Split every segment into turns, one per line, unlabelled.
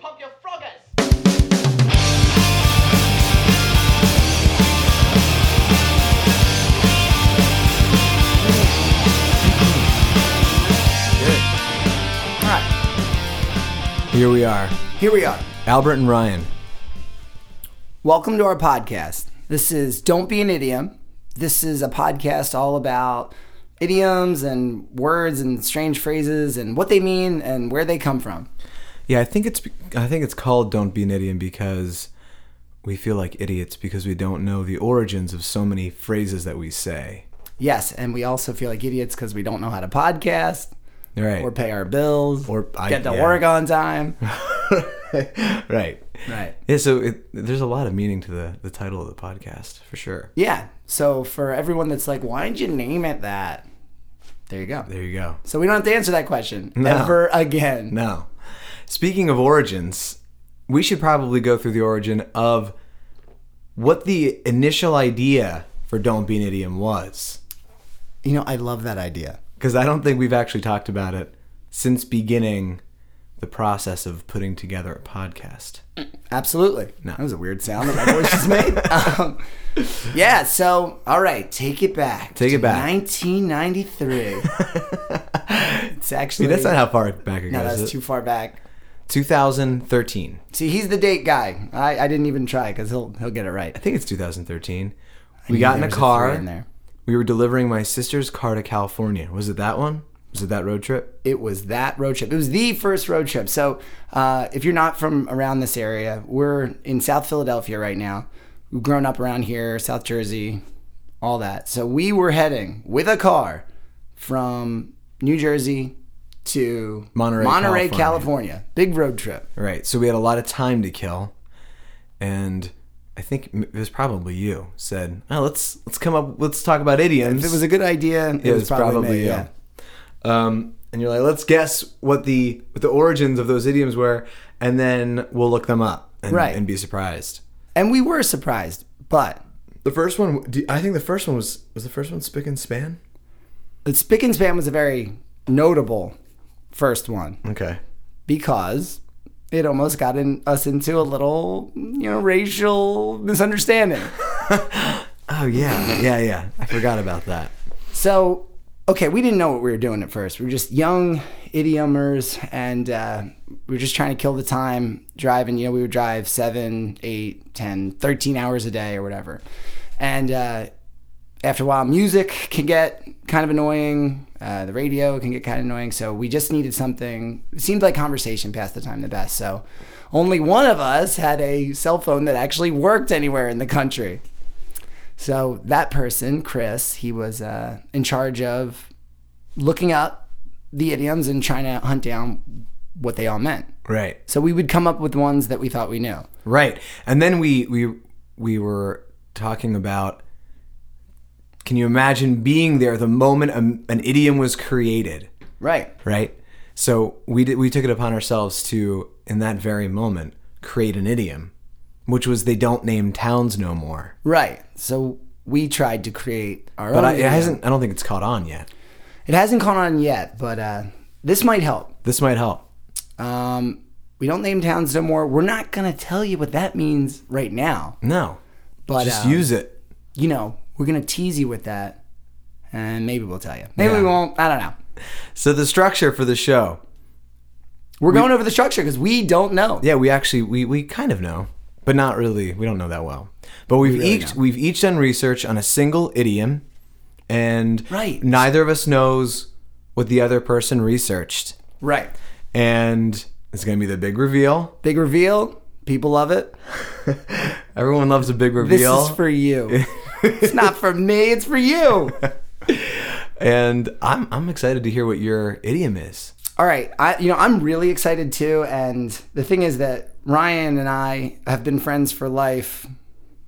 pump your froggers.
All right,
Here we are.
here we are.
Albert and Ryan.
Welcome to our podcast. This is Don't Be an Idiom. This is a podcast all about idioms and words and strange phrases and what they mean and where they come from.
Yeah, I think it's I think it's called Don't Be an Idiot because we feel like idiots because we don't know the origins of so many phrases that we say.
Yes, and we also feel like idiots because we don't know how to podcast
Right.
or pay our bills
Or I-
get to
yeah.
work on time.
right.
Right.
Yeah, so it, there's a lot of meaning to the, the title of the podcast, for sure.
Yeah. So for everyone that's like, why'd you name it that? There you go.
There you go.
So we don't have to answer that question ever again.
No. Speaking of origins, we should probably go through the origin of what the initial idea for Don't Be an Idiom was.
You know, I love that idea.
because I don't think we've actually talked about it since beginning the process of putting together a podcast.
Absolutely.
No.
That was a weird sound that my voice just made. Um, yeah, so, all right, take it back.
Take it
to
back.
1993. it's actually.
That's not how far back it
No,
goes.
that's
is it?
too far back.
2013.
See, he's the date guy. I, I didn't even try because he'll, he'll get it right.
I think it's 2013. We got in a
There's
car.
three in there.
We were delivering my sister's car to California. Was it that one? Was it that road trip?
it was that road trip. It was the first road trip. So, uh, if you're not from around this area, we're in South Philadelphia right now. We've grown up around here, South Jersey, all that. So, we were heading with a car from New Jersey to
Monterey,
Monterey,
California.
California. Big road trip.
Right. So we had a lot of time to kill, and I think it was probably you said, "Oh, let's let's come up. Let's talk about idioms."
If it was a good idea, it,
It
was probably, me,
you.
yeah.
Um, and you're like, let's guess what the what the origins of those idioms were, and then we'll look them up and,
Right.
and be surprised.
And we were surprised, but
The first one, do- I think the first one was was the first one spick and span.
the Spick and Span was a very notable first one.
Okay,
because it almost got in, us into a little, you know, racial misunderstanding.
Oh yeah, yeah, yeah. I forgot about that.
So, okay, we didn't know what we were doing at first. We were just young idiomers, and uh, we were just trying to kill the time driving. You know, we would drive seven, eight, 10, 13 hours a day or whatever. And uh, after a while, music can get kind of annoying. Uh, the radio can get kind of annoying. So we just needed something. It seemed like conversation passed the time the best. So only one of us had a cell phone that actually worked anywhere in the country. So that person, Chris, he was uh, in charge of looking up the idioms and trying to hunt down what they all meant.
Right,
So we would come up with ones that we thought we knew.
right. And then we we we were talking about. Can you imagine being there the moment a, an idiom was created?
Right.
right? So we did, we took it upon ourselves to, in that very moment, create an idiom, which was they don't name towns no more.
Right. So we tried to create our
But
own.
I, it
idiom.
hasn't. I don't think it's caught on yet.
It hasn't caught on yet, but uh, this might help.
This might help.
Um, we don't name towns no more. We're not going to tell you what that means right now,
No,
but
just
um,
use it.
you know, we're going to tease you with that, and maybe we'll tell you. Maybe
Yeah.
we won't. I don't know.
So the structure for the show.
We're going over the structure because we don't know.
Yeah, we actually we we kind of know, but not really. We don't know that well. But we've
really
each we've each done research on a single idiom, and
Right.
neither of us knows what the other person researched,
Right.
and it's gonna be the big reveal.
Big reveal. People love it.
Everyone loves a big
This
reveal.
is for you. it's not for me. It's for you.
and I'm I'm excited to hear what your idiom is.
All right. I, you know, I'm really excited too. And the thing is that Ryan and I have been friends for life.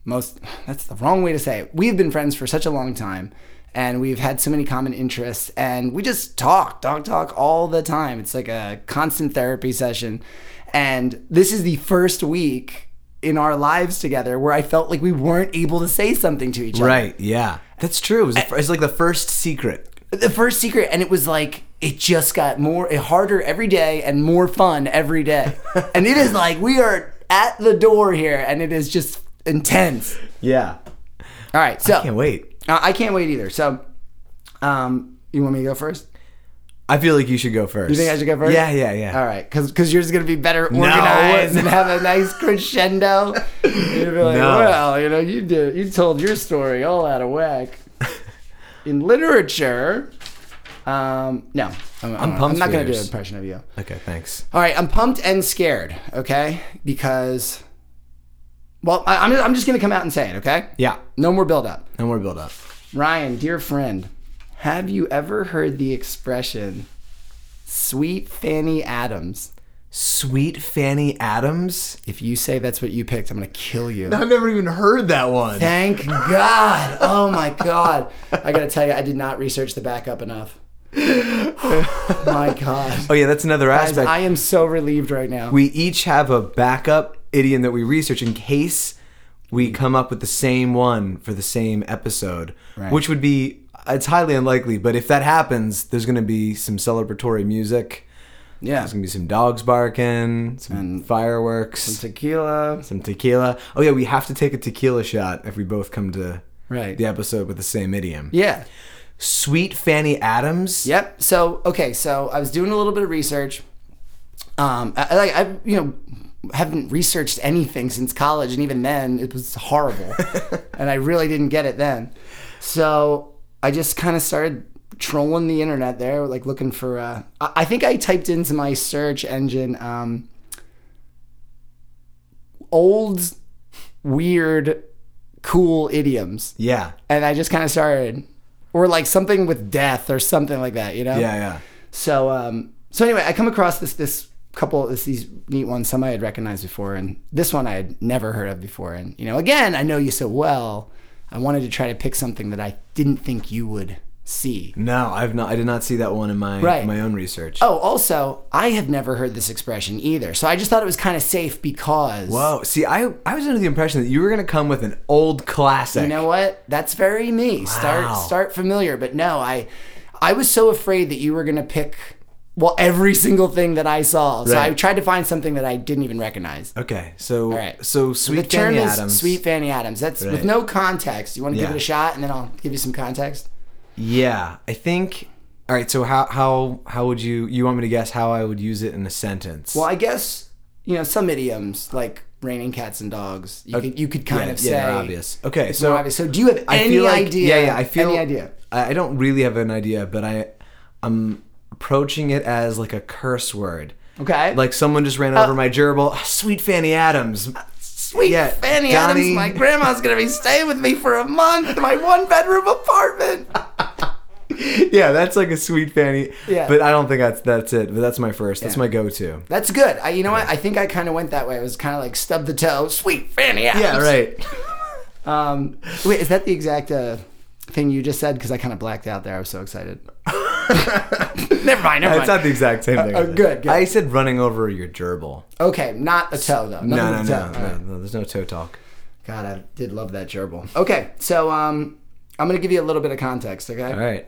Most that's the wrong way to say it. We've been friends for such a long time, and we've had so many common interests, and we just talk, talk, talk all the time. It's like a constant therapy session. And this is the first week in our lives together where I felt like we weren't able to say something to each other.
Yeah. That's true. It was the fir- It's like the first secret.
the first secret and it was like it just got more eh, harder every day and more fun every day and it is like we are at the door here and it is just intense
Yeah.
all right so
Can't wait.
Uh, i can't wait either so um you want me to go first
I feel like you should go first.
you think i should go first
Yeah, yeah, yeah.
all right because yours is gonna be better organized and have a nice crescendo you're gonna be like
No.
well you know you did you told your story all out of whack in literature um no i'm, I'm, I'm
pumped
not
for
gonna do an
yours.
impression of you
Okay, thanks.
All right, I'm pumped and scared, okay? Because, well, I, I'm, I'm just going to come out and say it, okay?
Yeah.
No more build up.
No more build up.
Ryan, dear friend, have you ever heard the expression sweet Fanny Adams?
Sweet Fanny Adams?
If you say that's what you picked, I'm going to kill you.
I've never even heard that one.
Thank God. Oh my God. I got to tell you, I did not research the backup enough. my God.
Oh yeah, that's another
Guys,
aspect.
I am so relieved right now.
we each have a backup idiom that we research in case we come up with the same one for the same episode, which would be it's highly unlikely, but if that happens, there's going to be some celebratory music.
yeah.
There's going to be some dogs barking, some fireworks, some,
Tequila.
tequila. Oh yeah, we have to take a tequila shot if we both come to
Right.
the episode with the same idiom.
Yeah.
Sweet Fanny Adams.
Yep. So okay, so I was doing a little bit of research. Um, I, I- like I, you know, haven't researched anything since college, and even then, it was horrible, and I really didn't get it then. So I just kind of started trolling the internet there, like looking for. Uh, I, I think I typed into my search engine um, old, weird, cool idioms
Yeah.
and I just kind of started, or like something with death or something like that, you know.
Yeah, yeah.
So, um, so anyway, I come across this this couple this these neat ones. Some I had recognized before, and this one I had never heard of before. And you know, again, I know you so well. I wanted to try to pick something that I didn't think you would see.
No, I've not I did not see that one in my
Right.
my own research.
Oh, also, I have never heard this expression either. So I just thought it was kind of safe because
Whoa. See, I I was under the impression that you were gonna come with an old classic.
You know what? That's very me. Start
Wow.
start familiar, but no, I I was so afraid that you were going to pick well every single thing that I saw. So I
Right.
tried to find something that I didn't even recognize.
okay, so
right.
so
The
sweet
term
Fanny
is
Adams.
sweet Fanny Adams. That's with
Right.
no context. You want to give
Yeah.
it a shot and then I'll give you some context.
Yeah, I think. All right, so how how how would you you want me to guess how I would use it in a sentence?
Well, I guess you know some idioms like raining cats and dogs. You could you could kind
Uh, yeah,
of
yeah, they're
say
obvious. Okay,
So,
so
obvious. so do you have
I
any
feel like
idea?
yeah, yeah. I feel
any idea.
I, I don't really have an idea, but I I'm approaching it as like a curse word.
Okay.
Like someone just ran over my gerbil. Ah, Sweet Fanny Adams.
uh, Sweet
Yeah,
Fanny
Donnie.
Adams, my grandma's gonna be staying with me for a month in my one bedroom apartment.
yeah, that's like a sweet fanny.
Yeah.
But I don't think that's that's it. But that's my first. That's my go-to.
That's good. I, you know what? I think I kind of went that way. It was kind of like stub the toe, sweet Fanny Adams.
Yeah, right.
Um, wait, is that the exact uh, thing you just said? Because I kind of blacked out there. I was so excited. never mind. Never
it's
mind.
not the exact same thing.
uh, good, good.
I said running over your gerbil.
okay, not a toe though. Nothing
No, no,
with a toe.
no,
All right.
no, no. There's no toe talk.
God, I did love that gerbil. Okay, so um, I'm gonna give you a little bit of context. Okay.
All right.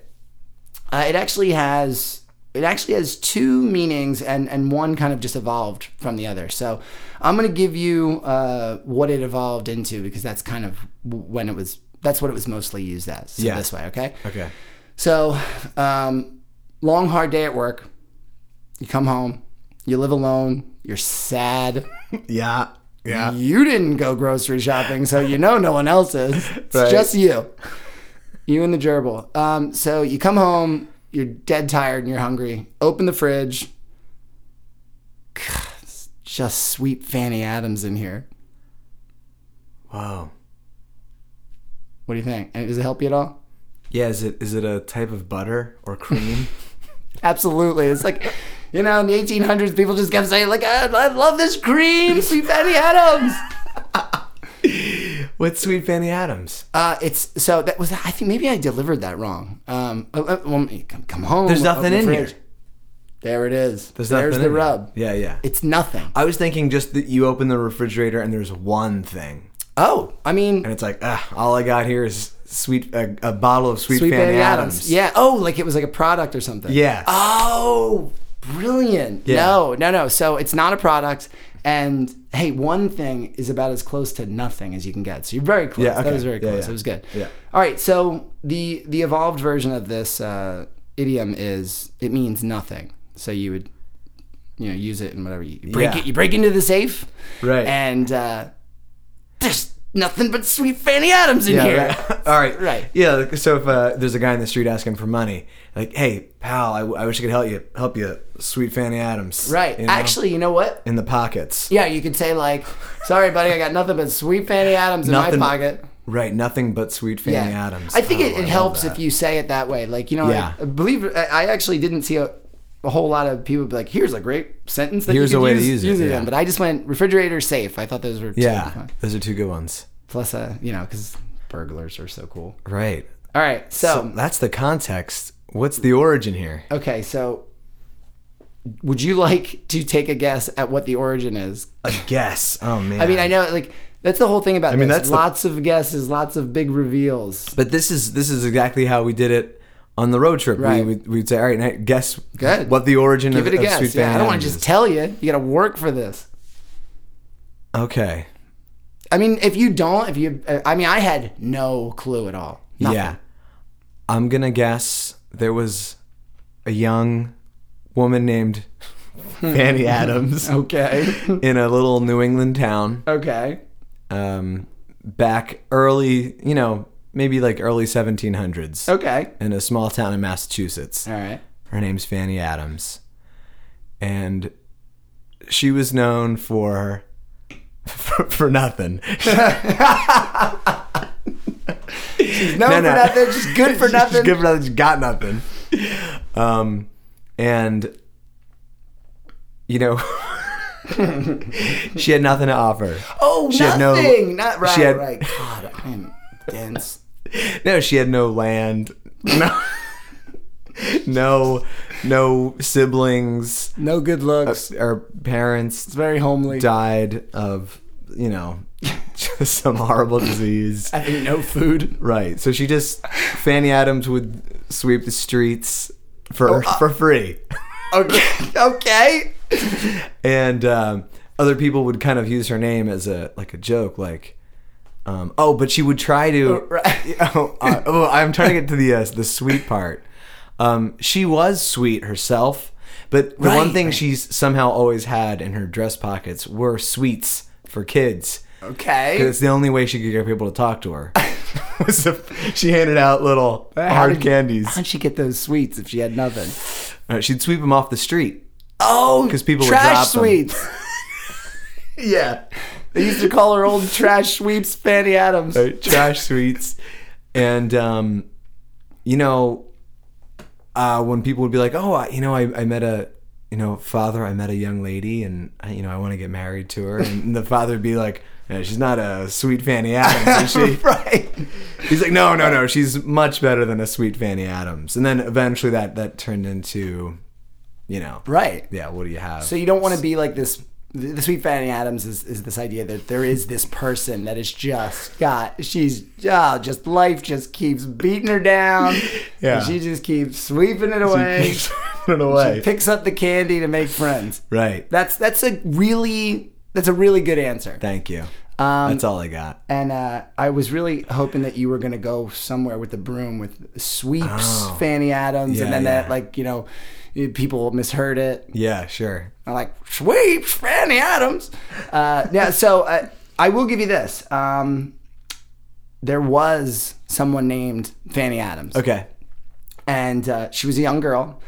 Uh, it actually has it actually has two meanings and and one kind of just evolved from the other. So I'm going to give you uh, what it evolved into because that's kind of when it was that's what it was mostly used as. So
Yeah.
This way, okay.
Okay.
So um, long hard day at work. You come home. You live alone. You're sad.
Yeah. Yeah.
You didn't go grocery shopping, so you know no one else is. It's
Right.
just you. You and the gerbil. Um, so you come home, you're dead tired and you're hungry. Open the fridge. God, it's just sweet Fanny Adams in here.
Wow.
What do you think? And Does it help you at all?
Yeah. Is it is it a type of butter or cream?
Absolutely. It's like, you know, in the 1800s, people just kept saying, like, I, I love this cream, sweet Fanny Adams.
What's Sweet Fanny Adams?
Uh, it's so that was I think maybe I delivered that wrong. Um, uh, uh, well, come, come home.
There's
open
nothing
the
in
fridge.
here.
There it is. There's,
nothing
the
in it.
rub.
Yeah, yeah.
It's nothing.
I was thinking just that you open the refrigerator and there's one thing,
Oh, I mean,
and it's like, ah, all I got here is sweet a, a bottle of sweet,
Sweet
Fanny,
Fanny
Adams.
Yeah. Oh, like it was like a product or something.
Yeah.
Oh, brilliant.
Yeah.
No, no, no. So it's not a product. And hey, one thing is about as close to nothing as you can get. So you're very close.
Yeah, okay.
That was very
Yeah,
close.
yeah.
It was good.
Yeah.
All right. So the the evolved version of this uh, idiom is it means nothing. So you would you know use it in whatever you, you break
Yeah.
it. You break into the safe.
Right.
And uh, there's nothing but sweet Fanny Adams in
Yeah,
here.
right. All right.
Right.
Yeah. like, So if uh, there's a guy in the street asking for money, like, hey, pal, I, I wish I could help you, help you, sweet Fanny Adams.
Right.
You know,
Actually, you know what?
in the pockets.
Yeah, you could say like, "Sorry, buddy, I got nothing but sweet Fanny Adams in
Nothing-
my pocket."
Right. Nothing but sweet Fanny
Yeah,
Adams.
I think
Oh,
it,
I
it
love
helps
that.
if you say it that way. Like, you know,
Yeah.
I, I believe I I actually didn't see a, a whole lot of people be like, "Here's a great sentence that
Here's
you
a
could
way to
use,
use it,
in."
yeah.
But I just went refrigerator safe. I thought those were two.
Yeah. Those are two good ones.
Plus, uh, you know, because burglars are so cool.
Right.
All right,
So that's the context. What's the origin here?
so okay, so would you like to take a guess at what the origin is?
A guess. Oh man.
I mean, I know like that's the whole thing about. I
mean, that's the-
lots of guesses, lots of big reveals.
But this is this is exactly how we did it on the road trip.
Right.
We would we'd say, all right, now guess
Good.
what the origin of,
Give it a
of
guess.
Sweet
yeah,
Fanny
I don't want
Adams
to just
is."
tell you. You got to work for this.
Okay.
I mean, if you don't, if you, I mean, I had no clue at all. Nothing.
Yeah. I'm going to guess there was a young woman named Fanny Adams
Oh. Okay.
in a little New England town
okay.
um, back early, you know, maybe like early 1700s
Okay.
in a small town in Massachusetts.
All right.
Her name's Fanny Adams. And she was known for for, for nothing.
No,
No,
for
no.
nothing. Just good for
She's
nothing.
good for nothing. She got nothing. Um, and you know, she had nothing to offer.
Oh,
She had no-
nothing. Not right.
she had-
Right. God, I am dense.
No, she had no land. No. No, no siblings
No good looks.
or parents
it's very homely.
died of, you know, just some horrible disease.
I think no food.
Right. So she just Fanny Adams would sweep the streets
Oh,
for for free.
uh, Okay. okay.
and um, other people would kind of use her name as a like a joke, like, um, oh, but she would try to.
right.
oh, uh, oh, I'm trying to get to the uh, the sweet part. Um, she was sweet herself, but the one
Right,
thing
right.
she's somehow always had in her dress pockets were sweets for kids.
Okay.
It's the only way she could get people to talk to her. was if she handed out little hard
did-
candies.
How'd she get those sweets if she had nothing?
Uh, she'd sweep them off the street.
Oh,
'Cause people would drop
trash
them.
sweets.
Yeah.
They used to call her old trash sweeps Fanny Adams.
right? trash sweets. And, um, you know, uh, when people would be like, oh, I, you know, I, I met a, you know, father, I met a young lady and, I, you know, I want to get married to her. And the father would be like, "Yeah, she's not a sweet Fanny Adams, is she?
right.
He's like, no, no, no, she's much better than a sweet Fanny Adams. And then eventually that, that turned into, you know,
Right.
yeah, what do you have?
So you don't want to be like this. The the sweet Fanny Adams is, is this idea that there is this person that is just got she's oh, just life just keeps beating her down.
Yeah.
And she just keeps sweeping it away. She,
Put it away.
picks up the candy to make friends.
right.
That's that's a really that's a really good answer.
Thank you.
Um,
That's all I got.
and uh, I was really hoping that you were going to go somewhere with the broom with sweeps
Oh.
Fanny Adams,
Yeah,
and then
yeah.
that like you know people misheard it.
Yeah, sure.
I'm like, sweet Fanny Adams. Uh, now, so uh, I will give you this. Um, there was someone named Fanny Adams,
Okay.
and uh, she was a young girl,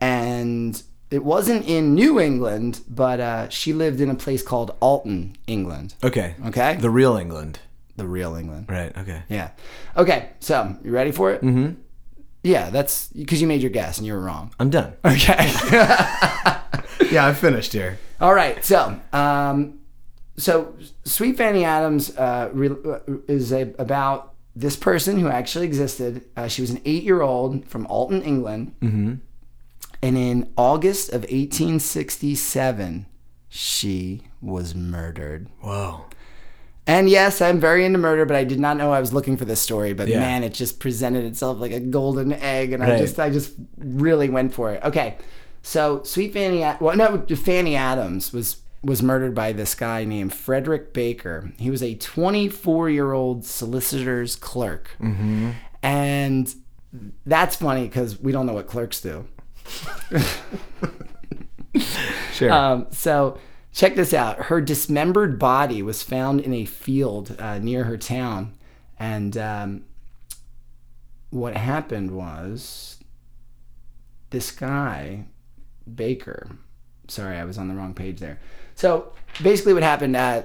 and it wasn't in New England, but uh, she lived in a place called Alton, England.
Okay.
Okay,
The real England.
the real England.
Right. Okay.
Yeah. Okay. So you ready for it? Mm-hmm. Yeah, that's because you made your guess and you were wrong.
I'm done.
Okay.
yeah, I'm finished here.
All right. So, um, so Sweet Fanny Adams uh, re- uh, is a, about this person who actually existed. Uh, she was an eight-year-old from Alton, England, mm-hmm. and in August of 1867, she was murdered.
Whoa.
And yes, I'm very into murder, but I did not know I was looking for this story. But
Yeah.
man, it just presented itself like a golden egg, and I
Right.
just I just really went for it. Okay, so Sweet Fanny, Ad- well, no, Fanny Adams was was murdered by this guy named Frederick Baker. He was a 24 year old solicitor's clerk,
Mm-hmm.
and that's funny because we don't know what clerks do.
Sure.
Um, so check this out. Her dismembered body was found in a field uh, near her town, and um, what happened was this guy Baker. Sorry, I was on the wrong page there. So basically, what happened? Uh,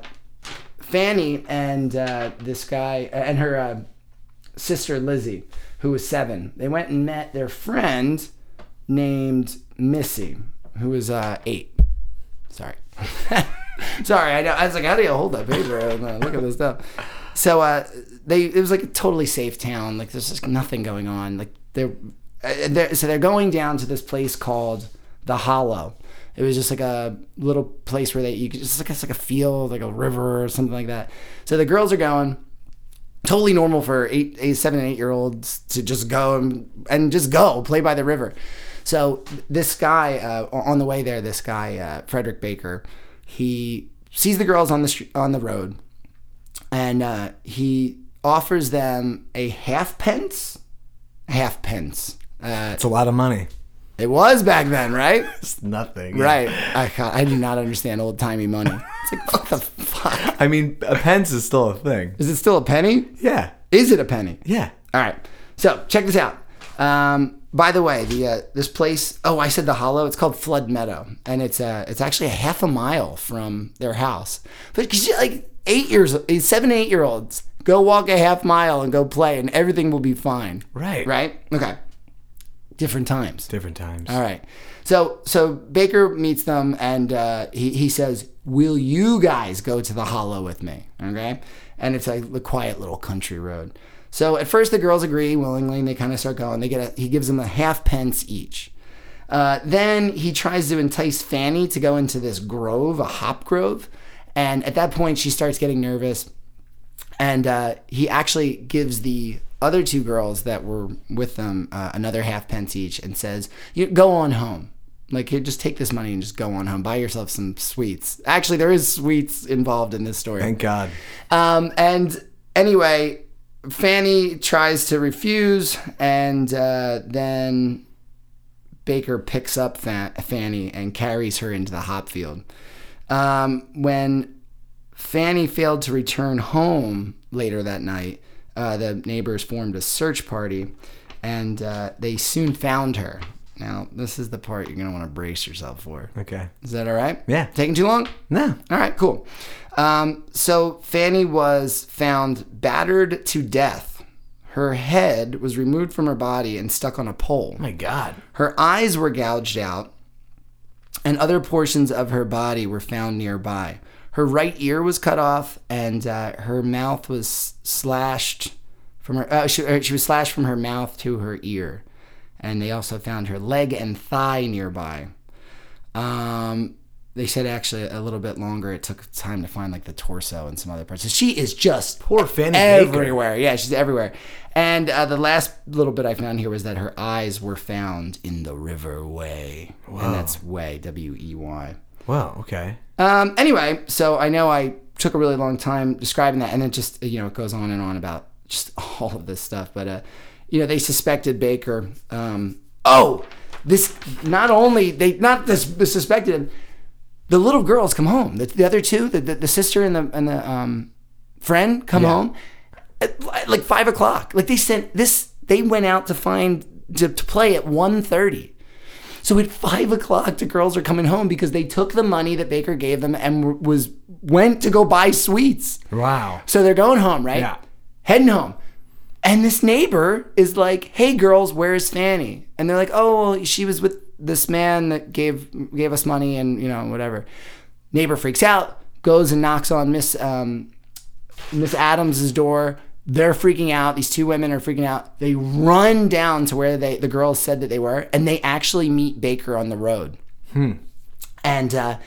Fanny and uh, this guy and her uh, sister Lizzie, who was seven, they went and met their friend named Missy, who was uh, eight. Sorry. Sorry, I know. I was like, how do you hold that paper? And, uh, look at this stuff. So uh, they, it was like a totally safe town. Like there's just nothing going on. Like they're, uh, they're so they're going down to this place called the Hollow. It was just like a little place where they you could just like it's like a field, like a river or something like that. So the girls are going totally normal for eight, eight seven and eight year olds to just go and, and just go play by the river so this guy uh, on the way there this guy uh, frederick baker he sees the girls on the str- on the road and uh, he offers them a halfpence halfpence uh,
it's a lot of money.
it was back then right
It's nothing.
right I, ca- I do not understand old timey money it's like what the fuck
I mean, a pence is still a thing.
is it still a penny
Yeah.
is it a penny
Yeah.
All right. So check this out. Um, by the way, the uh, this place. Oh, I said the Hollow. It's called Flood Meadow, and it's uh, it's actually a half a mile from their house. But 'cause you- like eight years, seven, eight year olds go walk a half mile and go play, and everything will be fine.
Right.
Right. Okay. Different times.
Different times.
All right. So so Baker meets them and uh, he he says, "Will you guys go to the Hollow with me?" Okay. And it's like the quiet little country road. So at first the girls agree willingly, and they kind of start going. They get a, he gives them a half pence each. Uh, then he tries to entice Fanny to go into this grove, a hop grove, and at that point she starts getting nervous and uh, he actually gives the other two girls that were with them uh, another halfpence each and says, "You go on home. Like here, just take this money and just go on home. Buy yourself some sweets. Actually, there is sweets involved in this story.
Thank God.
Um, and anyway, Fanny tries to refuse, and uh, then Baker picks up Fa- Fanny and carries her into the hop field. Um, when Fanny failed to return home later that night, uh, the neighbors formed a search party, and uh, they soon found her. Now, this is the part you're going to want to brace yourself for.
Okay.
Is that all right?
Yeah.
Taking too long?
No.
All right, cool. Um, so Fanny was found battered to death. Her head was removed from her body and stuck on a pole.
my God.
Her eyes were gouged out, and other portions of her body were found nearby. Her right ear was cut off, and uh, her mouth was slashed from her. Uh, she, uh, she was slashed from her mouth to her ear, and they also found her leg and thigh nearby. Um, they said actually a little bit longer. It took time to find like the torso and some other parts. So she is just
Poor Fanny Baker.
everywhere. Yeah, she's everywhere. And uh, the last little bit I found here was that her eyes were found in the River Way, and that's Way W E Y.
Wow. Okay.
Um, anyway, so I know I took a really long time describing that, and it just you know it goes on and on about just all of this stuff. But uh, you know they suspected Baker. Um, oh, this not only they not this suspected him. The little girls come home. The, the other two, the, the the sister and the and the um, friend, come home at li- like five o'clock. Like they sent this. They went out to find to, to play at 1.30. So at five o'clock, the girls are coming home because they took the money that Baker gave them and w- was went to go buy sweets.
Wow.
So they're going home, right?
Yeah.
Heading home. And this neighbor is like, "Hey girls, where's Fanny?" And they're like, "Oh, well, she was with this man that gave gave us money and you know whatever." Neighbor freaks out, goes and knocks on Miss um, Miss Adams's door. They're freaking out. These two women are freaking out. They run down to where they the girls said that they were, and they actually meet Baker on the road. And uh,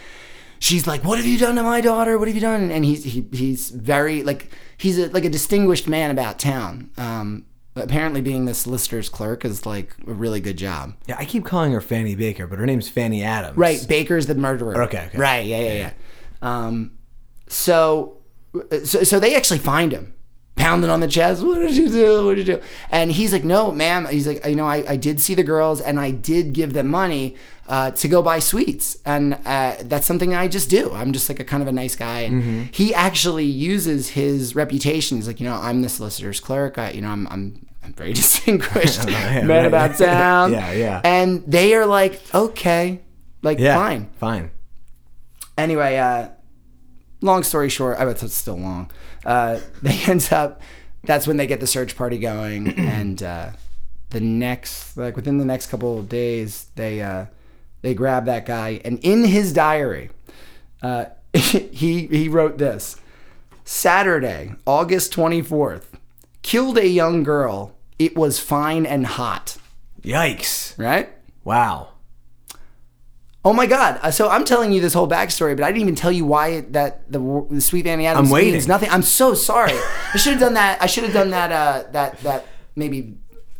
she's like, "What have you done to my daughter? What have you done?" And he's he, he's very like he's a, like a distinguished man about town. Um, apparently, being the solicitor's clerk is like a really good job.
Yeah, I keep calling her Fanny Baker, but her name's Fanny Adams.
Right, Baker's the murderer.
Okay, okay.
Right, yeah, yeah, yeah. Um, so, so, so they actually find him, pounding on the chest. What did you do? What did you do? And he's like, no, ma'am. He's like, you know, I, I did see the girls and I did give them money uh, to go buy sweets. And uh, that's something I just do. I'm just like a kind of a nice guy. And
Mm-hmm.
he actually uses his reputation. He's like, you know, I'm the solicitor's clerk. I, you know, I'm, I'm, I'm very distinguished man
right.
about town.
Yeah, yeah.
And they are like, okay, like
Yeah.
fine
Fine.
anyway, uh, long story short, I bet it's still long. Uh, they end up. That's when they get the search party going, and uh, the next, like within the next couple of days, they uh, they grab that guy, and in his diary, uh, he he wrote this: Saturday, August twenty fourth, killed a young girl. It was fine and hot,
Yikes.
right?
Wow.
Oh my God! Uh, So I'm telling you this whole backstory, but I didn't even tell you why it, that the, w- the Sweet Fanny Adams
I'm waiting.
means nothing. I'm so sorry. I should have done that. I should have done that. Uh, that that maybe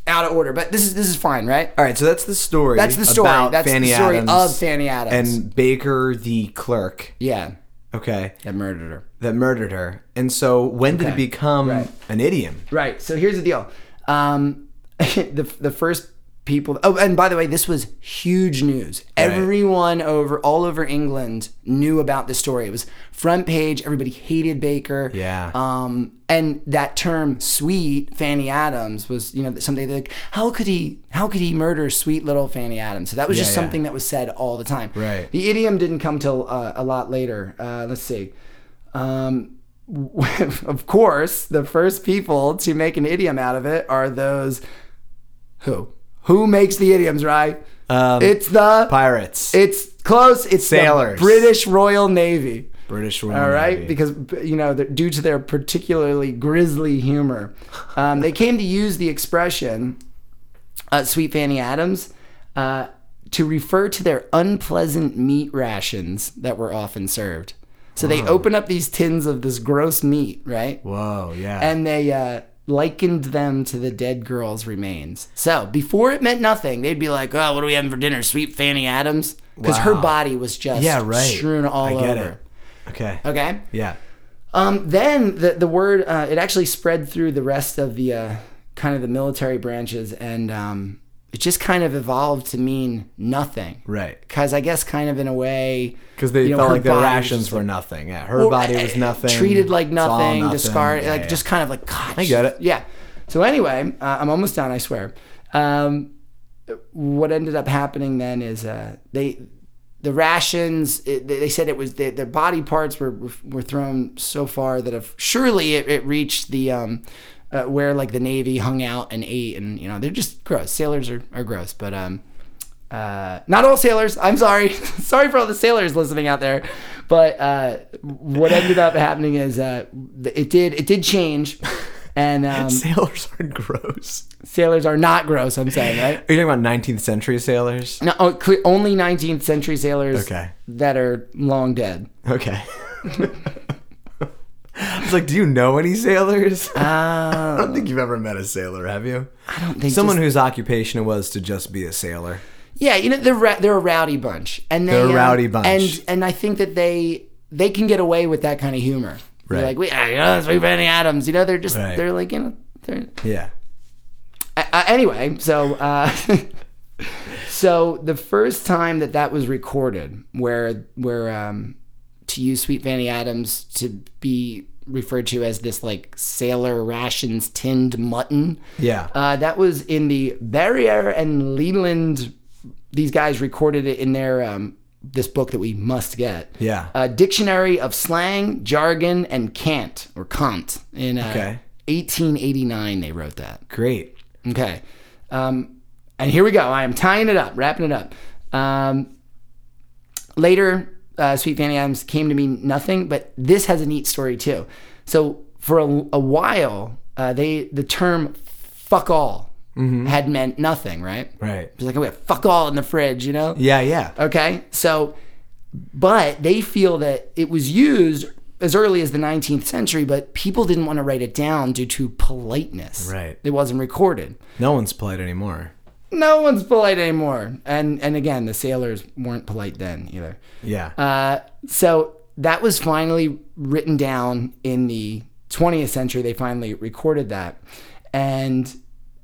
out of order, but this is this is fine, right?
All right, so that's the story.
That's the story.
About
That's
Fanny
the story
Adams
of Fanny Adams.
and Baker the clerk.
yeah,
Okay,
that murdered her.
that murdered her. And so when did it
Okay,
become
right.
an idiom?
Right. So here's the deal. Um, the the first people. Oh, and by the way, this was huge news. Everyone over all over England knew about this story. It was front page. Everybody hated Baker.
Yeah.
Um, and that term "sweet Fanny Adams" was you know something like how could he how could he murder sweet little Fanny Adams? So that was just
yeah.
something that was said all the time.
Right.
The idiom didn't come till uh, a lot later. Uh, let's see. Um, of course, the first people to make an idiom out of it are those who who makes the idioms, right?
Um,
it's the
Pirates.
it's close. It's
Sailors.
the British Royal Navy.
British Royal
All right,
Navy.
because you know, they're- due to their particularly grisly humor, um, they came to use the expression uh, "Sweet Fanny Adams" uh, to refer to their unpleasant meat rations that were often served. So
Oh.
they open up these tins of this gross meat, right?
Whoa, yeah.
and they uh, likened them to the dead girl's remains. So before it meant nothing, they'd be like, "Oh, what are we having for dinner? Sweet Fanny Adams," because her
Wow.
body was just
yeah, right.
strewn all
I get
over.
It. Okay.
Okay.
Yeah.
Um, then the the word uh, it actually spread through the rest of the uh, kind of the military branches, and um, it just kind of evolved to mean nothing.
Right.
Because I guess kind of in a way,
Because they
you know,
felt
her
like their
body was
rations
just
were nothing. Yeah, her
or-
body was nothing.
eh, Treated like
It's all
nothing,
nothing.
discarded,
Yeah,
like
yeah.
just kind of like, God.
I get it.
Yeah. So anyway, uh, I'm almost done, I swear. Um, what ended up happening then is uh, they, the rations, it, they they said it was their, their body parts were were thrown so far that if, surely it, it reached the um, uh, where like the navy hung out and ate, and you know they're just gross. Sailors are, are gross, but um, uh, not all sailors. I'm sorry. sorry for all the sailors listening out there. But uh, what ended up happening is uh, it did it did change, and um,
Sailors are gross.
sailors are not gross. I'm saying right.
Are you talking about 19th century sailors?
No, oh, cle- only 19th century sailors
Okay.
that are long dead.
Okay. I was like, do you know any sailors? I
Uh,
don't think you've ever met a sailor, have you? I
don't think
Someone
just-
whose occupation it was to just be a sailor.
yeah, you know they're ra- they're a rowdy bunch, and they,
They're a
uh,
rowdy bunch.
and and I think that they they can get away with that kind of humor. They're
Right.
like we, ah, you know, it's we Benny Adams. You know, they're just
Right.
they're like you know they're
Yeah.
uh, uh, anyway, so uh, so the first time that that was recorded, where where um, to use Sweet Fanny Adams to be referred to as this like sailor rations tinned mutton,
Yeah.
uh, that was in the Barrier and Leland. These guys recorded it in their um, this book that we must get.
Yeah.
a dictionary of slang, jargon, and cant or cant in uh,
Okay.
1889. They wrote that.
Great.
Okay. Um, and here we go. I am tying it up, wrapping it up. Um, later, uh, Sweet Fanny Adams came to mean nothing, but this has a neat story too. So for a, a while, uh, they the term "fuck all" had meant nothing, right?
Right.
It was like, oh, we have "fuck all" in the fridge, you know?
Yeah, yeah.
Okay, so But they feel that it was used as early as the 19th century, but people didn't want to write it down due to politeness.
Right.
It wasn't recorded.
No one's polite anymore.
No one's polite anymore. And and again, the sailors weren't polite then either.
Yeah.
Uh, so that was finally written down in the 20th century. They finally recorded that. And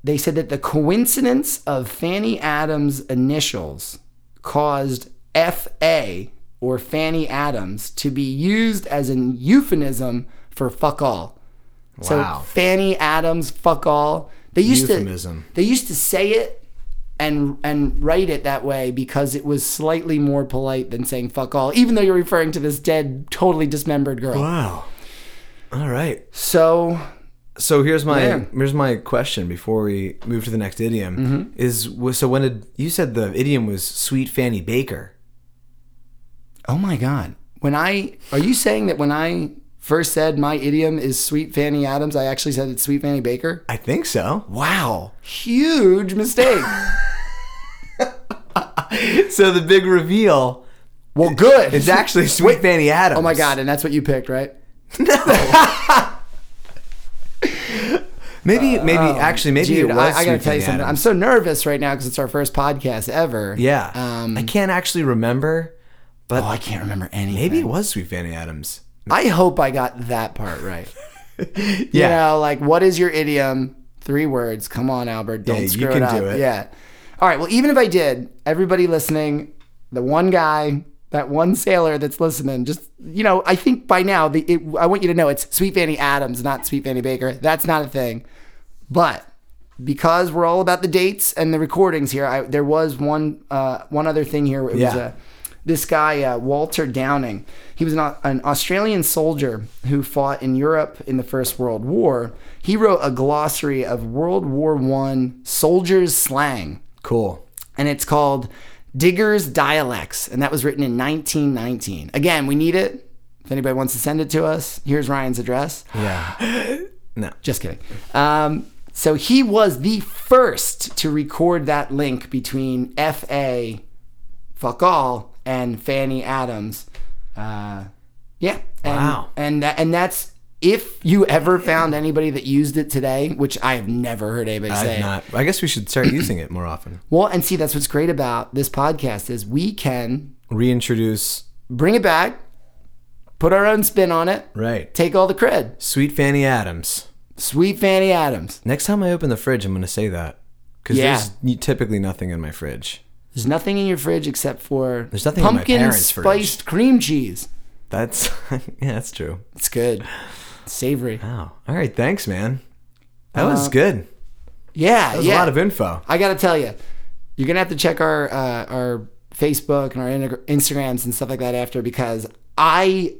they said that the coincidence of Fanny Adams' initials caused FA or Fanny Adams to be used as an euphemism for fuck all.
Wow.
So Fanny Adams, fuck all. They used
Euphemism.
to they used to say it and and write it that way because it was slightly more polite than saying fuck all, even though you're referring to this dead, totally dismembered girl.
wow. All right.
So
So here's my
Yeah.
here's my question before we move to the next idiom is was- so when did you said the idiom was sweet Fanny Baker?
Oh my god. When I are you saying that when I first said my idiom is sweet Fanny Adams, I actually said it's sweet Fanny Baker?
I think so.
Wow. Huge mistake.
So the big reveal
well, good.
is actually sweet Fanny Adams.
Oh my god, and that's what you picked, right?
Maybe maybe actually maybe
Dude,
it was
I, I gotta
Sweet
tell
Fanny
you something. I'm
Adams.
so nervous right now because it's our first podcast ever.
yeah.
Um,
I can't actually remember, but
oh, I can't remember anything.
maybe it was Sweet Fanny Adams.
I hope I got that part right.
Yeah.
You know, like what is your idiom? Three words. Come on, Albert. Don't
Yeah, you
screw
can
it up.
do it.
Yeah. All right. Well, even if I did, everybody listening, the one guy, that one sailor that's listening, just you know, I think by now the it, I want you to know it's Sweet Fanny Adams, not Sweet Fanny Baker. That's not a thing. But because we're all about the dates and the recordings here, I, there was one uh, one other thing here. It was
Yeah.
uh, this guy uh, Walter Downing. He was an, Au- an Australian soldier who fought in Europe in the First World War. He wrote a glossary of World War One soldiers' slang,
Cool.
and it's called Diggers Dialects, and that was written in 1919. Again, we need it. If anybody wants to send it to us, here's Ryan's address.
Yeah. No.
Just kidding. Um, so he was the first to record that link between F.A. Fuck all and Fanny Adams. Uh, yeah. And,
Wow.
And that, and that's if you ever found anybody that used it today, which I have never heard anybody say.
I've not. I guess we should start using it more often.
Well, and see, that's what's great about this podcast is we can
Reintroduce.
bring it back, put our own spin on it,
Right.
take all the cred.
Sweet Fanny Adams.
Sweet Fanny Adams.
Next time I open the fridge, I'm going to say that. Because
Yeah.
there's typically nothing in my fridge.
There's nothing in your fridge except for
There's nothing in my
pumpkin
parents' fridge.
spiced cream cheese.
That's, yeah, that's true.
It's good. It's savory.
Wow. All right. Thanks, man. That was good.
Yeah,
That was
Uh, yeah.
a lot of info.
I gotta tell you, you're gonna have to check our uh, our Facebook and our Inter- Instagrams and stuff like that after because I,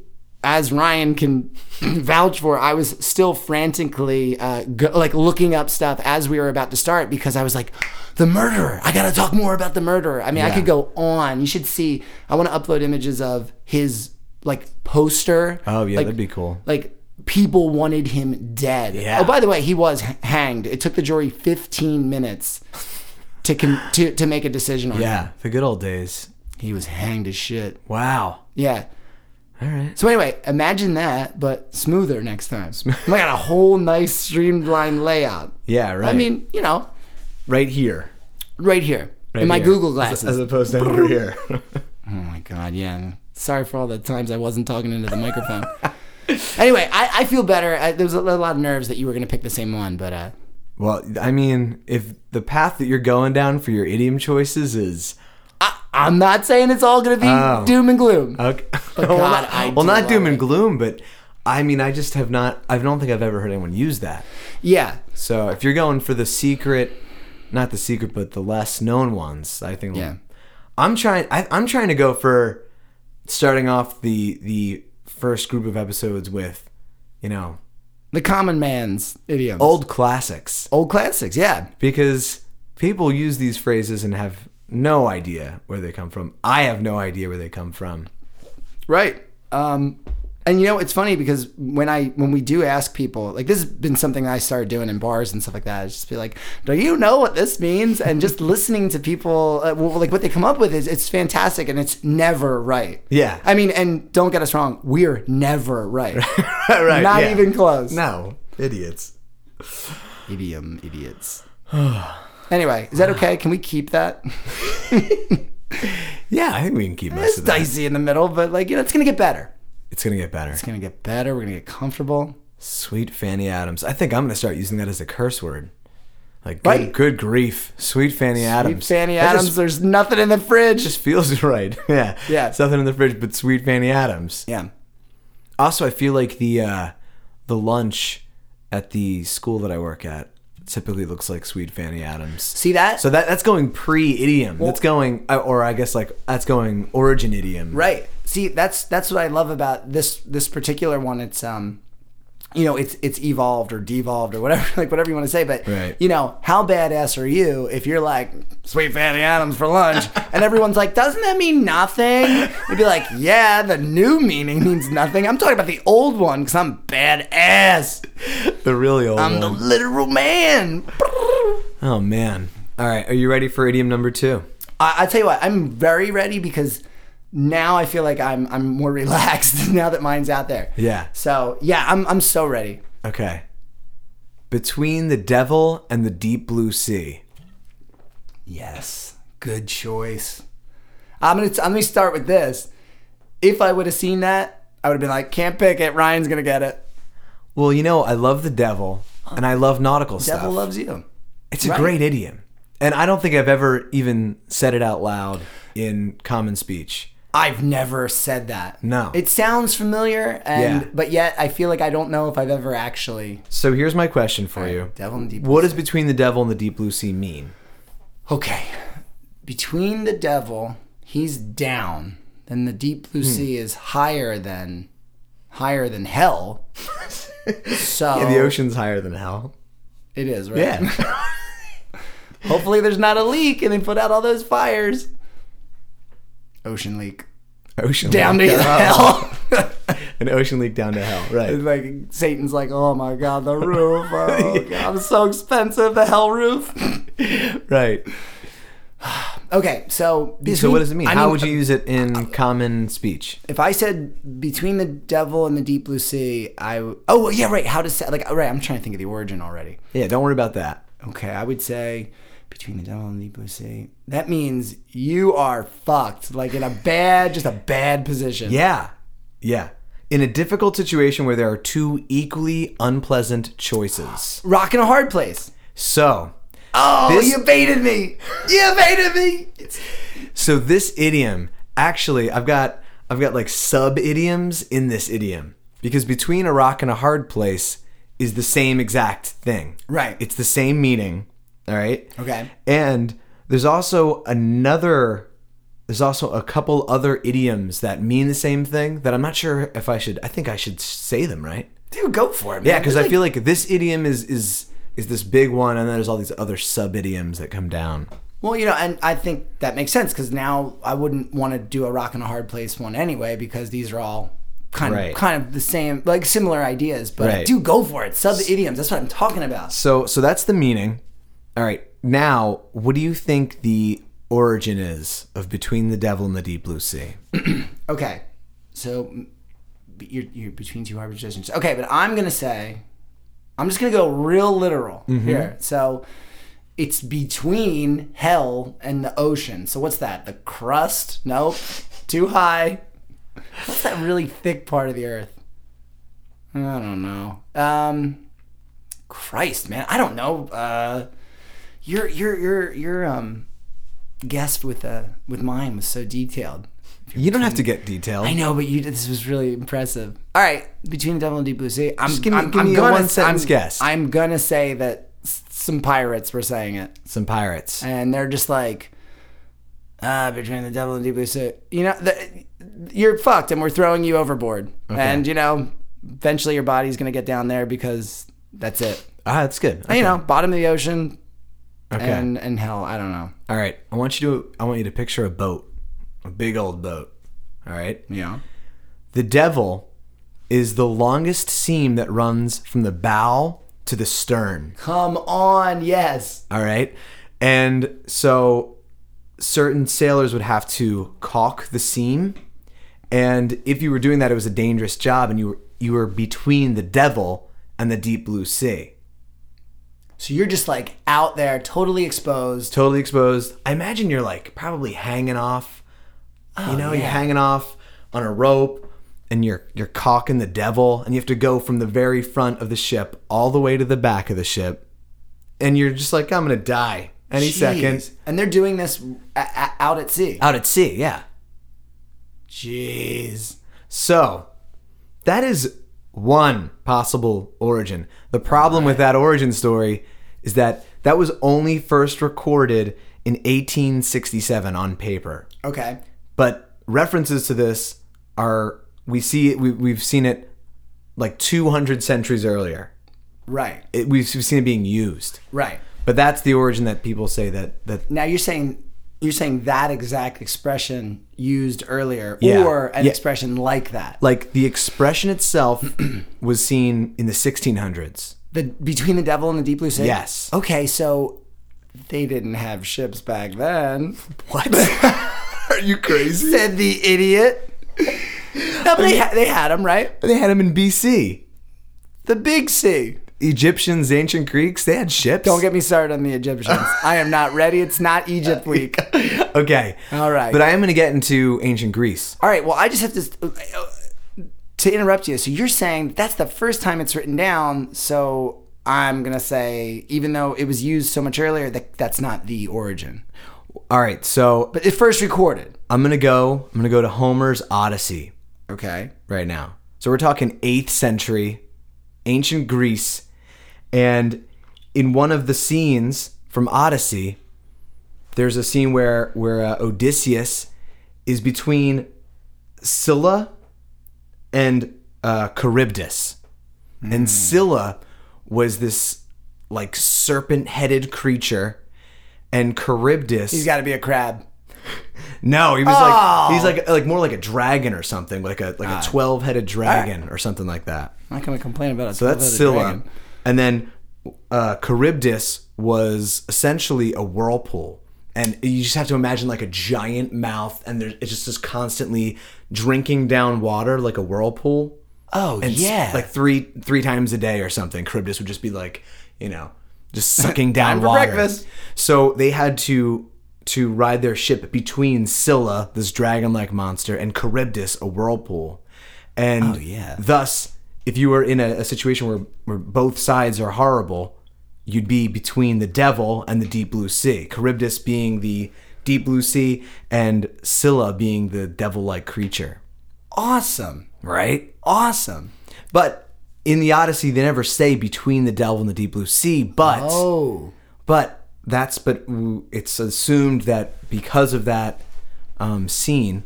as Ryan can vouch for, I was still frantically uh, go- like looking up stuff as we were about to start because I was like, the murderer. I gotta talk more about the murderer. I mean, I could go on. You should see. I want to upload images of his like poster.
Oh, yeah.
like,
that'd be cool.
like people wanted him dead.
Yeah.
Oh, by the way, he was h- hanged. It took the jury 15 minutes to con- to to make a decision on him.
Yeah. The good old days.
He was hanged as shit.
Wow.
Yeah.
All right.
So anyway, imagine that, but smoother next time. I got a whole nice streamlined layout.
Yeah. Right.
I mean, you know,
right here.
right here in my
here.
Google glasses.
As opposed to over here.
Oh my god, yeah. Sorry for all the times I wasn't talking into the microphone. anyway, I, I feel better. I, there was a, lot of nerves that you were going to pick the same one, but uh,
well, I mean, if the path that you're going down for your idiom choices is.
I'm not saying it's all going to be
Oh.
doom and gloom.
Okay.
God,
well, not,
I
well,
do
not
love
doom and
it.
gloom, but I mean, I just have not. I don't think I've ever heard anyone use that.
Yeah.
So if you're going for the secret, not the secret, but the less known ones, I think.
Yeah.
I'm trying. I, I'm trying to go for starting off the the first group of episodes with, you know,
The common man's idioms.
old classics
Old classics, yeah.
because people use these phrases and have no idea where they come from. I have no idea where they come from.
Right. Um, And you know, it's funny because when I when we do ask people, like this has been something I started doing in bars and stuff like that. I just be like, "Do you know what this means?" And just listening to people, uh, well, like what they come up with is it's fantastic, and it's never right.
Yeah.
I mean, and don't get us wrong, we're never right.
right.
Not
yeah.
even close.
No, idiots.
Idiom idiots. anyway, is that okay? Can we keep that?
Yeah, I think we can keep most
it's
of that.
dicey in the middle, but like you know, it's gonna get better.
It's gonna get better.
It's gonna get better. We're gonna get comfortable.
Sweet Fanny Adams. I think I'm gonna start using that as a curse word. Like good,
Right.
good grief, Sweet Fanny Adams.
Fanny
That
Adams.
just,
there's nothing in the fridge.
just feels right. yeah,
Yeah.
It's nothing in the fridge but Sweet Fanny Adams.
yeah.
Also, I feel like the uh, the lunch at the school that I work at typically looks like Sweet Fanny Adams.
See that?
So that that's going pre idiom. that's going, uh, or I guess like that's going origin idiom.
Right. See, that's that's what I love about this this particular one. It's um, you know, it's it's evolved or devolved or whatever, like whatever you want to say. But
Right.
you know, how badass are you if you're like sweet Fanny Adams for lunch, and everyone's like, doesn't that mean nothing? You'd be like, yeah, the new meaning means nothing. I'm talking about the old one because I'm badass.
The really old
I'm Um, the
one.
literal man.
oh man. All right. Are you ready for idiom number two?
I, I tell you what, I'm very ready because now I feel like I'm I'm more relaxed now that mine's out there.
Yeah.
So yeah, I'm I'm so ready.
Okay. Between the devil and the deep blue sea.
Yes, good choice. I'm gonna I'm gonna start with this. If I would have seen that, I would have been like, can't pick it. Ryan's gonna get it.
Well, you know, I love the devil and I love nautical stuff.
Devil loves you.
it's a
right.
great idiom. And I don't think I've ever even said it out loud in common speech.
I've never said that.
No.
It sounds familiar, and
Yeah.
but yet I feel like I don't know if I've ever actually.
So here's my question for you.
Devil in the deep.
What does between the devil and the deep blue sea mean?
Okay. Between the devil, he's down. Then the deep
Hmm.
blue sea is higher than higher than hell. So
The ocean's higher than hell.
it is, right?
Yeah.
Hopefully there's not a leak and they put out all those fires. Ocean leak.
ocean
Down to
leak.
hell.
An ocean leak down to hell. Right.
like Satan's like, oh my god, the roof. Oh god, it's so expensive, the hell roof.
right.
Okay, so
So
between-
what does it mean? uh,
I
How would you use it in common speech?
if I said between the devil and the deep blue sea, I w- oh yeah right. How to say like right? I'm trying to think of the origin already.
Yeah, don't worry about that.
Okay, I would say between the devil and the deep blue sea. That means you are fucked, like in a bad, just a bad position.
Yeah. Yeah. In a difficult situation where there are two equally unpleasant choices.
rocking a hard place.
So,
Oh,
This-
you baited me. You baited me.
so this idiom actually I've got I've got like sub idioms in this idiom because between a rock and a hard place is the same exact thing.
Right.
It's the same meaning, all right?
Okay.
And there's also another there's also a couple other idioms that mean the same thing that I'm not sure if I should I think I should say them, right?
Dude, go for it. Man.
Yeah, because I
Like,
feel like this idiom is is is this big one, and then there's all these other sub idioms that come down.
well, you know, and I think that makes sense because now I wouldn't want to do a rocking a hard place one anyway because these are all. Kind of,
Right.
kind of the same, like similar ideas, but
Right.
do go for it. Sub idioms. That's what I'm talking about.
So so that's the meaning. All right, now what do you think the origin is of between the devil and the deep blue sea?
Okay, so m- b- you're, you're between two hard positions. Okay, but I'm gonna say, I'm just gonna go real literal here. So it's between hell and the ocean. So what's that? The crust? Nope. Too high. What's that really thick part of the earth? I don't know. Um, Christ, man, I don't know. Uh, your your your your um guess with uh with mine was so detailed.
You don't have to get detailed.
I know, but you this was really impressive. All right, between the Devil and Deep Blue Sea, I'm
give me-
I'm,
give
I'm
me a
gonna,
one-sentence
I'm,
guess.
I'm gonna say that s- some pirates were saying it,
Some pirates.
and they're just like, ah, between the Devil and Deep Blue Sea, you know, the, you're fucked, and we're throwing you overboard, and you know, eventually your body's gonna get down there because that's it.
Ah, that's good.
You know, bottom of the ocean,
Okay.
and and hell, I don't know.
all right, I want you to I want you to picture a boat, a big old boat. All right.
Yeah.
The devil is the longest seam that runs from the bow to the stern.
Come on, yes.
All right. And so certain sailors would have to caulk the seam. And if you were doing that, it was a dangerous job and you were you were between the devil and the deep blue sea.
So you're just like out there, totally exposed.
Totally exposed. I imagine you're like probably hanging off. you know, you're
Oh, yeah.
hanging off on a rope and you're you're caulking the devil and you have to go from the very front of the ship all the way to the back of the ship. And you're just like, I'm gonna die any second.
Jeez. And they're doing this a- a- out at sea.
Out at sea, yeah.
Jeez.
So, that is one possible origin. The problem with that origin story is that that was only first recorded in 1867 on paper.
Okay.
But references to this are we see it, we, we've seen it like 200 centuries earlier.
Right.
It, we've, we've seen it being used.
Right.
But that's the origin that people say that that
Now you're saying you're saying that exact expression used earlier,
Yeah.
or an
Yeah.
expression like that.
like the expression itself was seen in the 1600s.
The between the devil and the deep blue sea.
Yes.
Okay, so they didn't have ships back then.
What? are you crazy?
Said the idiot. No, but they, ha- they had them right.
They had them in BC.
The big sea.
Egyptians, ancient Greeks, they had ships.
Don't get me started on the Egyptians. I am not ready. It's not Egypt week.
okay.
All right.
But I am going to get into ancient Greece.
All right. Well, I just have to to interrupt you. So you're saying that's the first time it's written down. So I'm gonna say, even though it was used so much earlier, that that's not the origin.
All right. So
But it first recorded.
I'm going to go. I'm going to go to Homer's Odyssey
Okay.
right now. So we're talking 8th century ancient Greece. And in one of the scenes from Odyssey, there's a scene where where uh, Odysseus is between Scylla and uh, Charybdis. And Scylla was this like serpent-headed creature and Charybdis
He's got to be a crab.
no, he was
Oh.
like he's like like more like a dragon or something, like a like a twelve headed dragon or something like that.
I'm not gonna complain about it.
So that's Scylla, and then uh, Charybdis was essentially a whirlpool, and you just have to imagine like a giant mouth, and there, it's just is constantly drinking down water like a whirlpool.
Oh
And s-
yeah.
like three three times a day or something. Charybdis would just be like, you know, just sucking down
for
water.
breakfast.
So they had to to ride their ship between Scylla, this dragon-like monster, and Charybdis, a whirlpool. And
Oh, yeah.
thus, if you were in a, a situation where, where both sides are horrible, you'd be between the devil and the deep blue sea. Charybdis being the deep blue sea and Scylla being the devil-like creature.
awesome.
Right?
Awesome.
But in the Odyssey, they never say between the devil and the deep blue sea. But
Oh.
but that's but w- it's assumed that because of that um, scene,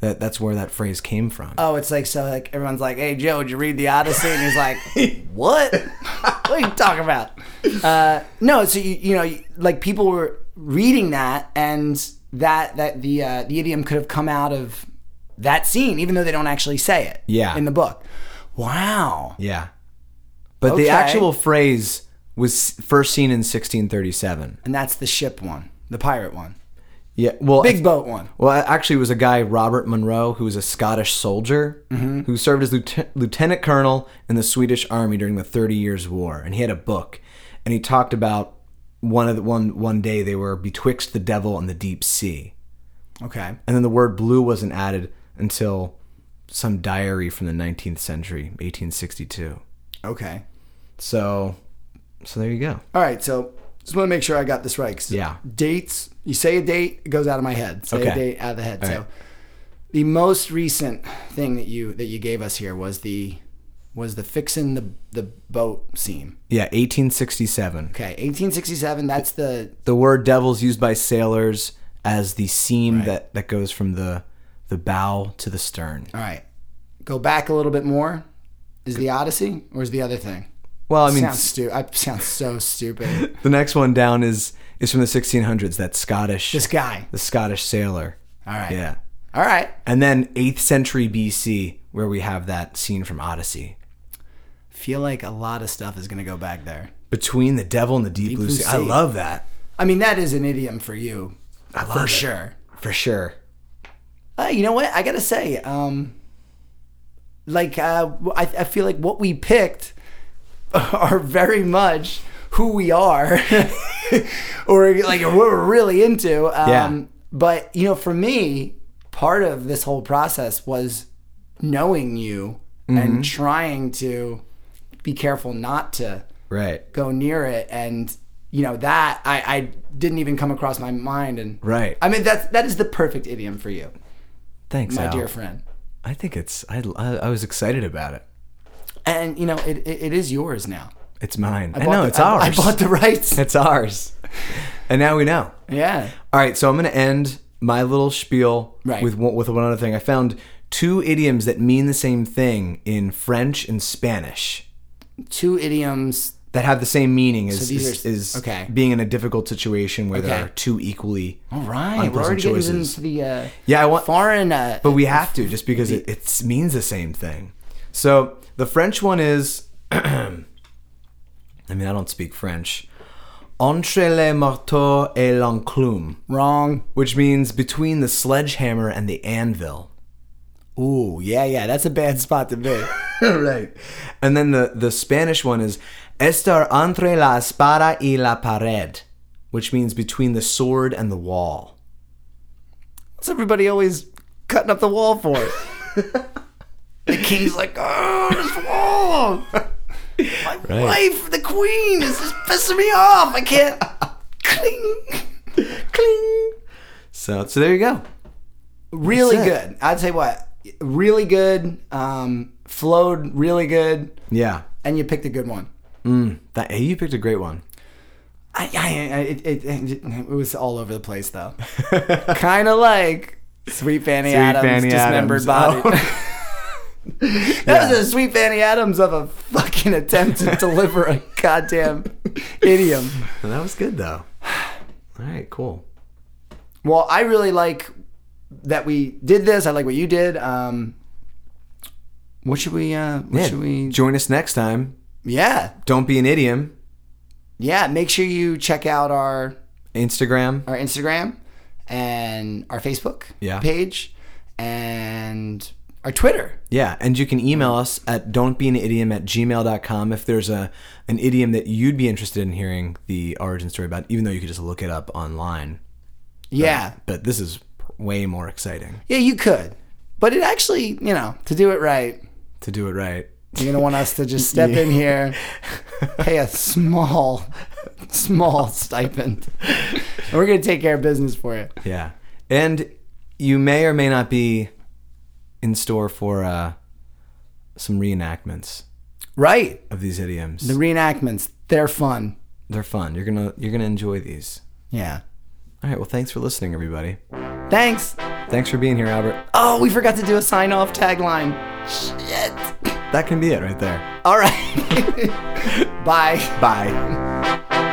that that's where that phrase came from.
Oh, it's like so. Like everyone's like, "Hey, Joe, did you read the Odyssey?" And he's like, "What? what are you talking about?" Uh, no, so you you know, you- like people were reading that, and that that the uh, the idiom could have come out of that scene, even though they don't actually say it.
Yeah.
in the book. Wow.
yeah, but
Okay.
the actual phrase was first seen in 1637.
And that's the ship one, the pirate one,
Yeah, well,
big boat one.
Well, a- actually, it was a guy, Robert Monroe, who was a Scottish soldier who served as lieutenant, lieutenant colonel in the Swedish army during the Thirty Years' War, and he had a book, and he talked about one of the, one one day they were betwixt the devil and the deep sea,
Okay.
and then the word blue wasn't added until some diary from the 19th century, 1862.
Okay.
So, so there you go.
All right. So just want to make sure I got this right. 'cause
Yeah.
Dates. You say a date, it goes out of my head. Say a
Okay.
date out of the head. so
right.
the most recent thing that you that you gave us here was the was the fixing the the boat scene.
Yeah, 1867.
Okay, 1867. That's the
the word devil's used by sailors as the seam that, that goes from the the bow to the stern.
all right. Go back a little bit more. Is the Odyssey or is the other thing?
Well, I mean,
sounds stupid. I sound so stupid.
the next one down is is from the 1600s. That Scottish,
This guy.
the Scottish sailor.
All right.
Yeah,
All right.
And then 8th century BC, where we have that scene from Odyssey.
Feel like a lot of stuff is going to go back there.
Between the devil and the deep, blue,
blue
sea. I
sea.
love that.
I mean, that is an idiom for you,
I love
for
it.
sure.
For sure.
Uh, you know what? I gotta say, um, like uh, I, I feel like what we picked are very much who we are, or like what we're really into. Um,
Yeah.
But you know, for me, part of this whole process was knowing you
Mm-hmm.
and trying to be careful not to
Right.
go near it and you know that I, I didn't even come across my mind and
Right.
i mean that's that is the perfect idiom for you
Thanks,
my
Al.
dear friend
I think it's, I, I, I was excited about it.
and you know it, it, it is yours now
It's mine. I,
Bought
know,
the-
it's
I-
ours.
i bought the rights
it's ours. And now we know.
yeah
All right, so I'm going to end my little spiel
Right.
with one, with one other thing. I found two idioms that mean the same thing in French and Spanish
two idioms
that have the same meaning as,
these
is,
are-
is
okay.
being in a difficult situation where there
Okay.
are two equally.
all right we're
Unpleasant
already getting
choices.
into the uh,
Yeah, I want.
foreign uh,
But we have to just because it, it means the same thing. So the French one is. I mean, I don't speak French. Entre le marteau et l'enclume,
wrong
which means between the sledgehammer and the anvil.
ooh yeah yeah that's a bad spot to be
right. And then the, the Spanish one is estar entre la espada y la pared, which means between the sword and the wall.
what's everybody always cutting up the wall for the king's like oh this wall my wife the queen is just pissing me off i can't cling
Cling. So, so there you go.
really
That's it.
good. I'd say what? Really good. Um, flowed really good,
Yeah.
and you picked a good one.
That, hey, you picked a great one.
I, I, I it, it, it was all over the place though. kind of like Sweet Fanny Adams' Oh.
Fanny
dismembered
Adams. Oh,
body.
Yeah.
That was a Sweet Fanny Adams of a fucking attempt to deliver a goddamn idiom.
Well, that was good though. All right, cool.
Well, I really like that we did this. I like what you did. Um, what should we? Uh, what
Yeah,
should we?
join us next time?
Yeah,
Don't be an idiom.
yeah, make sure you check out our
Instagram.
our Instagram and our Facebook
Yeah.
page and our Twitter.
Yeah, and you can email us at don'tbeanidiom at gmail.com if there's a an idiom that you'd be interested in hearing the origin story about, even though you could just look it up online.
Yeah.
But this is way more exciting
Yeah, you could. But it actually, you know, to do it right,
to do it right.
you're going to want us to just step in here, pay a small, small stipend. And we're going to take care of business for you.
Yeah. And you may or may not be in store for uh, some reenactments
Right.
of these idioms.
The reenactments, they're fun.
They're fun. You're gonna you're gonna enjoy these.
Yeah.
All right. Well, thanks for listening, everybody.
Thanks.
Thanks for being here, Albert.
Oh, we forgot to do a sign off tagline. Shit.
That can be it right there.
All right. Bye.
Bye.